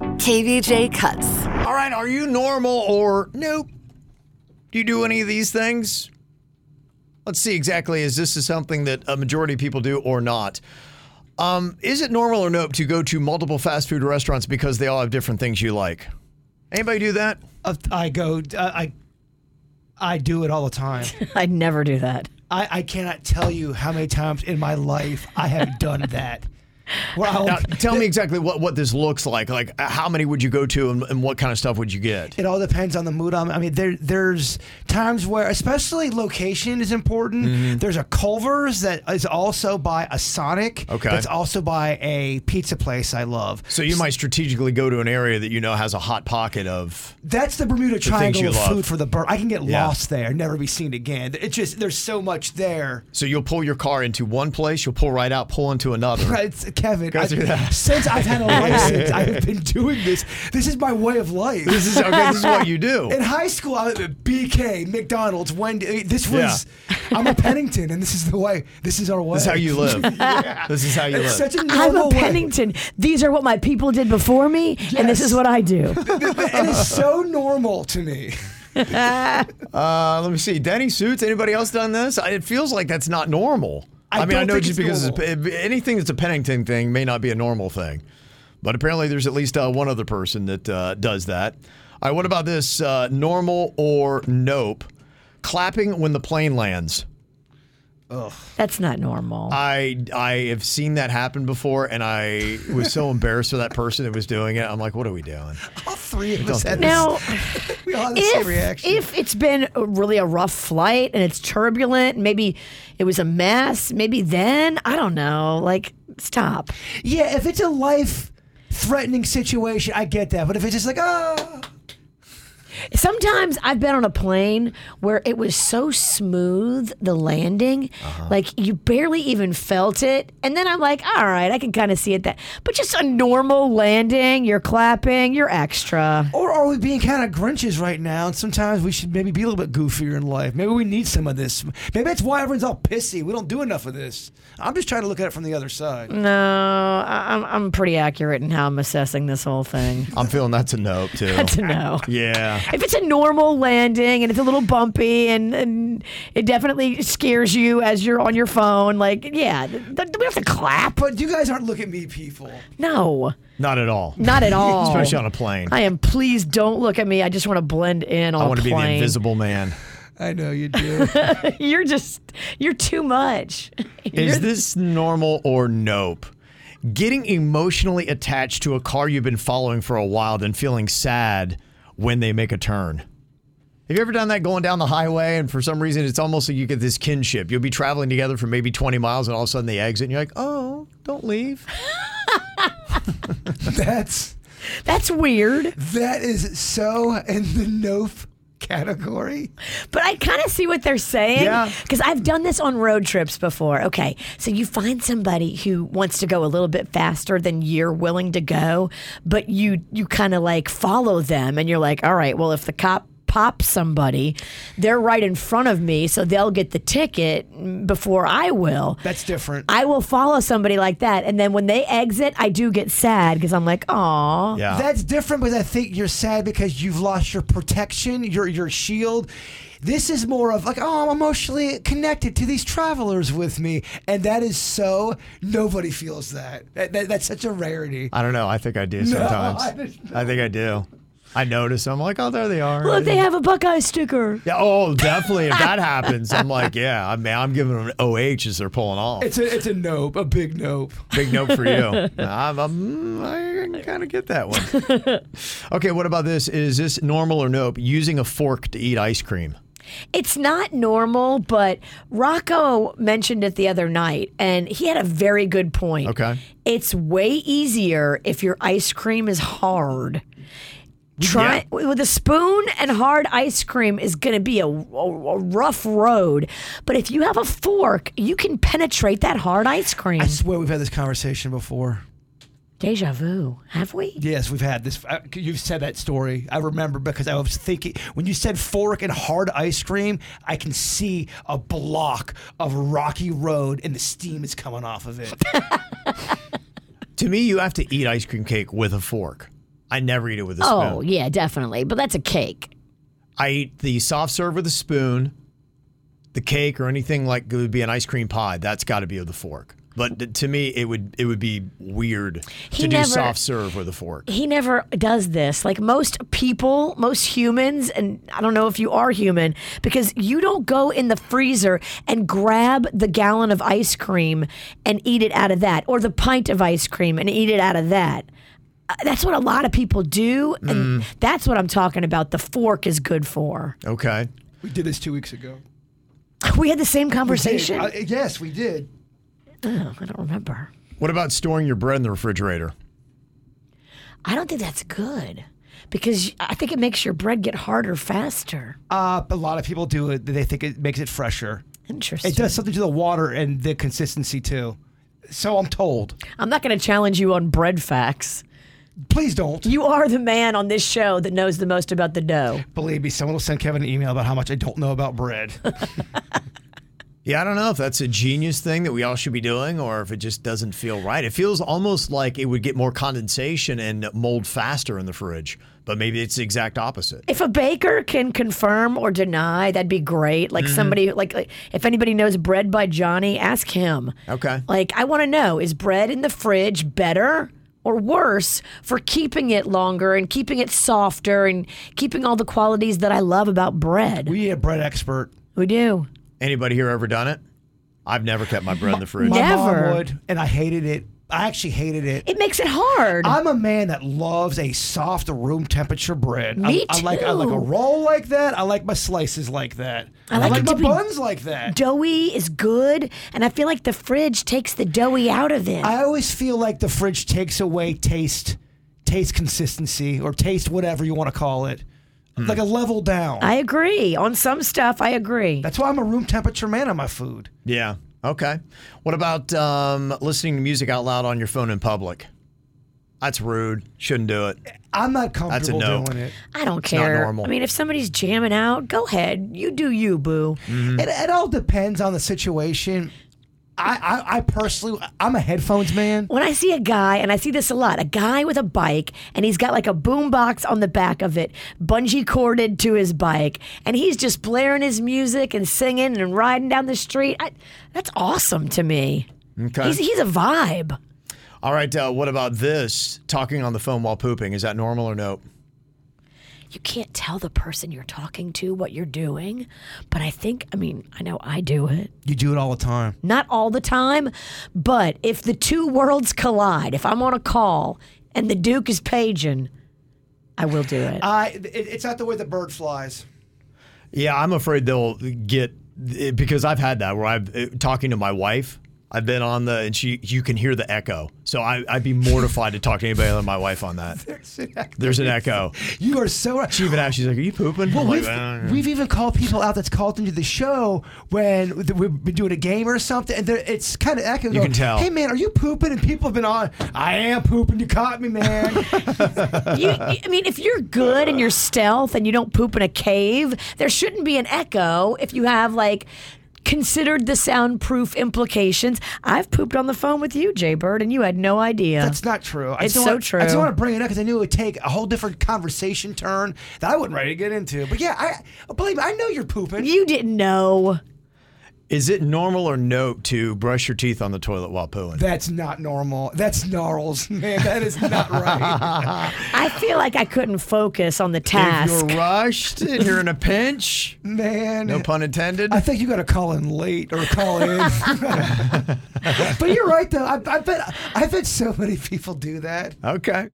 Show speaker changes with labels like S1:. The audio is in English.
S1: KVJ cuts.
S2: All right, are you normal or nope? Do you do any of these things? Let's see exactly is this is something that a majority of people do or not. Um, is it normal or nope to go to multiple fast food restaurants because they all have different things you like? Anybody do that?
S3: Uh, I go. Uh, I I do it all the time.
S4: I never do that.
S3: I, I cannot tell you how many times in my life I have done that. Where I'll,
S2: Now, tell me exactly what, what this looks like. Like, uh, how many would you go to and, and what kind of stuff would you get?
S3: it all depends on the mood I'm. I mean, there there's times where, especially location is important.
S2: Mm-hmm.
S3: There's a Culver's that is also by a Sonic.
S2: Okay.
S3: That's also by a pizza place I love.
S2: So you might strategically go to an area that you know has a hot pocket of.
S3: That's the Bermuda Triangle
S2: you
S3: of
S2: love.
S3: food for the bird. I can get
S2: Yeah.
S3: lost there, never be seen again. It just there's so much there.
S2: So you'll pull your car into one place, you'll pull right out, pull into another.
S3: Right, Kevin.
S2: Go
S3: I-
S2: through that.
S3: Since I've had a license, I've been doing this. This is my way of life.
S2: This is okay. This is what you do.
S3: in high school, I was at BK, McDonald's, Wendy. This was,
S2: Yeah.
S3: I'm a Pennington, and this is the way. This is our way.
S2: This is how you live. This is how you
S3: It's
S2: live.
S3: such a
S4: I'm
S3: normal
S4: a
S3: way.
S4: Pennington. These are what my people did before me, and this
S3: Yes.
S4: is what I do.
S3: it is so normal to me.
S2: Uh, let me see. Denny suits. Anybody else done this? I- It feels like that's not normal.
S3: I
S2: mean, I
S3: don't
S2: know
S3: think
S2: just
S3: it's
S2: because it's, anything that's a Pennington thing may not be a normal thing, but apparently there's at least uh, one other person that uh, does that. All right, what about this? Uh, normal or nope? Clapping when the plane lands.
S4: That's not normal.
S3: Uh,
S2: I I have seen that happen before, and I was so embarrassed for that person that was doing it. I'm like, what are we doing?
S3: All three of us had this.
S4: now,
S3: We all had the same
S4: if,
S3: reaction.
S4: if it's been a- really a rough flight and it's turbulent, maybe it was a mess, maybe then, I don't know. Like, stop.
S3: yeah, if it's a life threatening situation, I get that. But if it's just like, oh,
S4: Sometimes I've been on a plane where it was so smooth, the landing, like you barely even felt it. And then I'm like, all right, I can kind of see it that. But just a normal landing, you're clapping, you're extra.
S3: or are we being kind of grinches right now? And sometimes we should maybe be a little bit goofier in life. Maybe we need some of this. Maybe that's why everyone's all pissy. We don't do enough of this. I'm just trying to look at it from the other side.
S4: No, I- I'm, I'm pretty accurate in how I'm assessing this whole thing.
S2: I'm feeling that's a nope too.
S4: That's a no.
S2: yeah.
S4: If it's a normal landing and it's a little bumpy and, and it definitely scares you as you're on your phone, like, yeah, th- th- we don't have to clap.
S3: But you guys aren't looking at me, people.
S4: No,
S2: Not at all.
S4: not at all.
S2: Especially on a plane.
S4: I am. Please don't look at me. I just want to blend in on
S2: I
S4: a
S2: want to be the
S4: plane.
S2: invisible man.
S3: I know you do.
S4: You're just, you're too much.
S2: Is this normal or nope? Getting emotionally attached to a car you've been following for a while, then feeling sad when they make a turn. Have you ever done that going down the highway and for some reason it's almost like you get this kinship? You'll be traveling together for maybe 20 miles and all of a sudden they exit and you're like, oh, don't leave.
S3: That's
S4: That's weird.
S3: that is so in the nope category.
S4: But I kind of see what they're saying.
S2: Yeah.
S4: Because I've done this on road trips before. Okay. So you find somebody who wants to go a little bit faster than you're willing to go, but you you kind of like follow them and you're like, all right, well, if the cop pop somebody, they're right in front of me, so they'll get the ticket before I will.
S3: That's different.
S4: I will follow somebody like that, and then when they exit, I do get sad because I'm like, "Aw,
S2: Yeah.
S3: That's different, but I think you're sad because you've lost your protection, your your shield. This is more of like, oh, I'm emotionally connected to these travelers with me, and that is so nobody feels that. that, that that's such a rarity.
S2: I don't know. I think I do sometimes.
S3: I didn't.
S2: I think I do. I notice. I'm like, oh, there they are.
S4: look, they have a Buckeye sticker."
S2: Yeah, oh, definitely. If that happens, I'm like, yeah, I mean, I'm giving them an OH as they're pulling off.
S3: It's a it's a nope, a big nope.
S2: Big note for you. I'm, I'm, I kind of get that one. Okay, what about this? Is this normal or nope? Using a fork to eat ice cream.
S4: It's not normal, but Rocco mentioned it the other night, and he had a very good point.
S2: Okay.
S4: It's way easier if your ice cream is hard. Try with a spoon and hard ice cream is going to be a, a- a rough road, but if you have a fork, you can penetrate that hard ice cream.
S3: I swear we've had this conversation before.
S4: Deja vu, have we?
S3: Yes, we've had this. I- You've said that story. I remember because I was thinking when you said fork and hard ice cream, I can see a block of rocky road and the steam is coming off of it.
S2: To me, you have to eat ice cream cake with a fork. I never eat it with a spoon.
S4: Oh yeah, definitely. But that's a cake.
S2: I eat the soft serve with a spoon, the cake or anything like it would be an ice cream pie. That's got to be with a fork. But th- to me, it would it would be weird
S4: He
S2: to
S4: never-
S2: do soft serve with a fork.
S4: he never does this. Like most people, most humans, and I don't know if you are human, because you don't go in the freezer and grab the gallon of ice cream and eat it out of that, or the pint of ice cream and eat it out of that. Uh, That's what a lot of people do, and that's what I'm talking about. The fork is good for.
S2: Okay.
S3: we did this two weeks ago.
S4: We had the same conversation.
S3: Uh, yes, we did.
S4: Oh, I don't remember.
S2: What about storing your bread in the refrigerator?
S4: I don't think that's good because I think it makes your bread get harder faster.
S3: Uh, but a lot of people do it. They think it makes it fresher.
S4: Interesting.
S3: It does something to the water and the consistency too. So I'm told.
S4: I'm not going to challenge you on bread facts.
S3: Please don't.
S4: You are the man on this show that knows the most about the dough.
S3: Believe me, someone will send Kevin an email about how much I don't know about bread.
S2: Yeah, I don't know if that's a genius thing that we all should be doing or if it just doesn't feel right. It feels almost like it would get more condensation and mold faster in the fridge, but maybe it's the exact opposite.
S4: If a baker can confirm or deny, that'd be great. Like somebody, like, like if anybody knows bread by Johnny, ask him.
S2: Okay.
S4: Like I want to know: is bread in the fridge better or worse for keeping it longer and keeping it softer and keeping all the qualities that I love about bread?
S3: we need a bread expert.
S4: we do.
S2: Anybody here ever done it? I've never kept my bread in the fridge.
S4: My-
S3: My
S4: Never.
S3: mom would, and I hated it. I actually hated it.
S4: It makes it hard.
S3: I'm a man that loves a soft room temperature bread.
S4: Me
S3: I, I like I like
S4: too.
S3: a roll like that. I like my slices like that. I
S4: like
S3: like,
S4: it to
S3: my
S4: be-
S3: buns like that.
S4: doughy is good, and I feel like the fridge takes the doughy out of it.
S3: I always feel like the fridge takes away taste, taste consistency, or taste whatever you want to call it, like a level down.
S4: I agree. On some stuff, I agree.
S3: That's why I'm a room temperature man on my food.
S2: yeah. Okay. What about um, listening to music out loud on your phone in public? That's rude. Shouldn't do it.
S3: I'm not
S2: That's a
S3: comfortable
S2: no.
S3: doing it.
S4: I don't
S2: not
S4: care.
S2: normal.
S4: I mean, if somebody's jamming out, go ahead. You do you, boo.
S3: It, it all depends on the situation. I, I, I personally, I'm a headphones man.
S4: When I see a guy, and I see this a lot, a guy with a bike, and he's got like a boom box on the back of it, bungee corded to his bike, and he's just blaring his music and singing and riding down the street. I, that's awesome to me.
S2: Okay.
S4: He's, he's a vibe.
S2: All right. Uh, what about this? Talking on the phone while pooping. Is that normal or no?
S4: you can't tell the person you're talking to what you're doing, but I think, I mean, I know I do it.
S3: You do it all the time.
S4: Not all the time, but if the two worlds collide, if I'm on a call and the Duke is paging, I will do it.
S3: I, it, it's not the way the bird flies.
S2: Yeah, I'm afraid they'll get because I've had that where I'm uh, talking to my wife I've been on the, and she, you can hear the echo. So I, I'd be mortified to talk to anybody other than my wife on that. There's an echo.
S3: You are so right.
S2: She even asked, she's like, "Are you pooping?"
S3: Well,
S2: I'm like,
S3: we've,
S2: "Uh."
S3: we've even called people out that's called into the show when th- we've been doing a game or something, and they're- it's kind of echoing.
S2: You can tell.
S3: Hey, man, are you pooping? And people have been on. I am pooping. You caught me, man.
S4: You, I mean, if you're good and you're stealth and you don't poop in a cave, there shouldn't be an echo if you have like considered the soundproof implications. I've pooped on the phone with you, Jay Bird, and you had no idea.
S3: That's not true. I
S4: It's
S3: just
S4: so
S3: want, I just
S4: true.
S3: want to bring it up because I knew it would take a whole different conversation turn that I wasn't ready to get into. But yeah, I believe me, I know you're pooping.
S4: you didn't know.
S2: Is it normal or nope to brush your teeth on the toilet while pooing?
S3: That's not normal. That's gnarls, man. That is not right.
S4: I feel like I couldn't focus on the task.
S2: If you're rushed and you're in a pinch,
S3: man.
S2: no pun intended.
S3: I think you got to call in late or call in. but you're right though. I, I bet I bet so many people do that.
S2: Okay.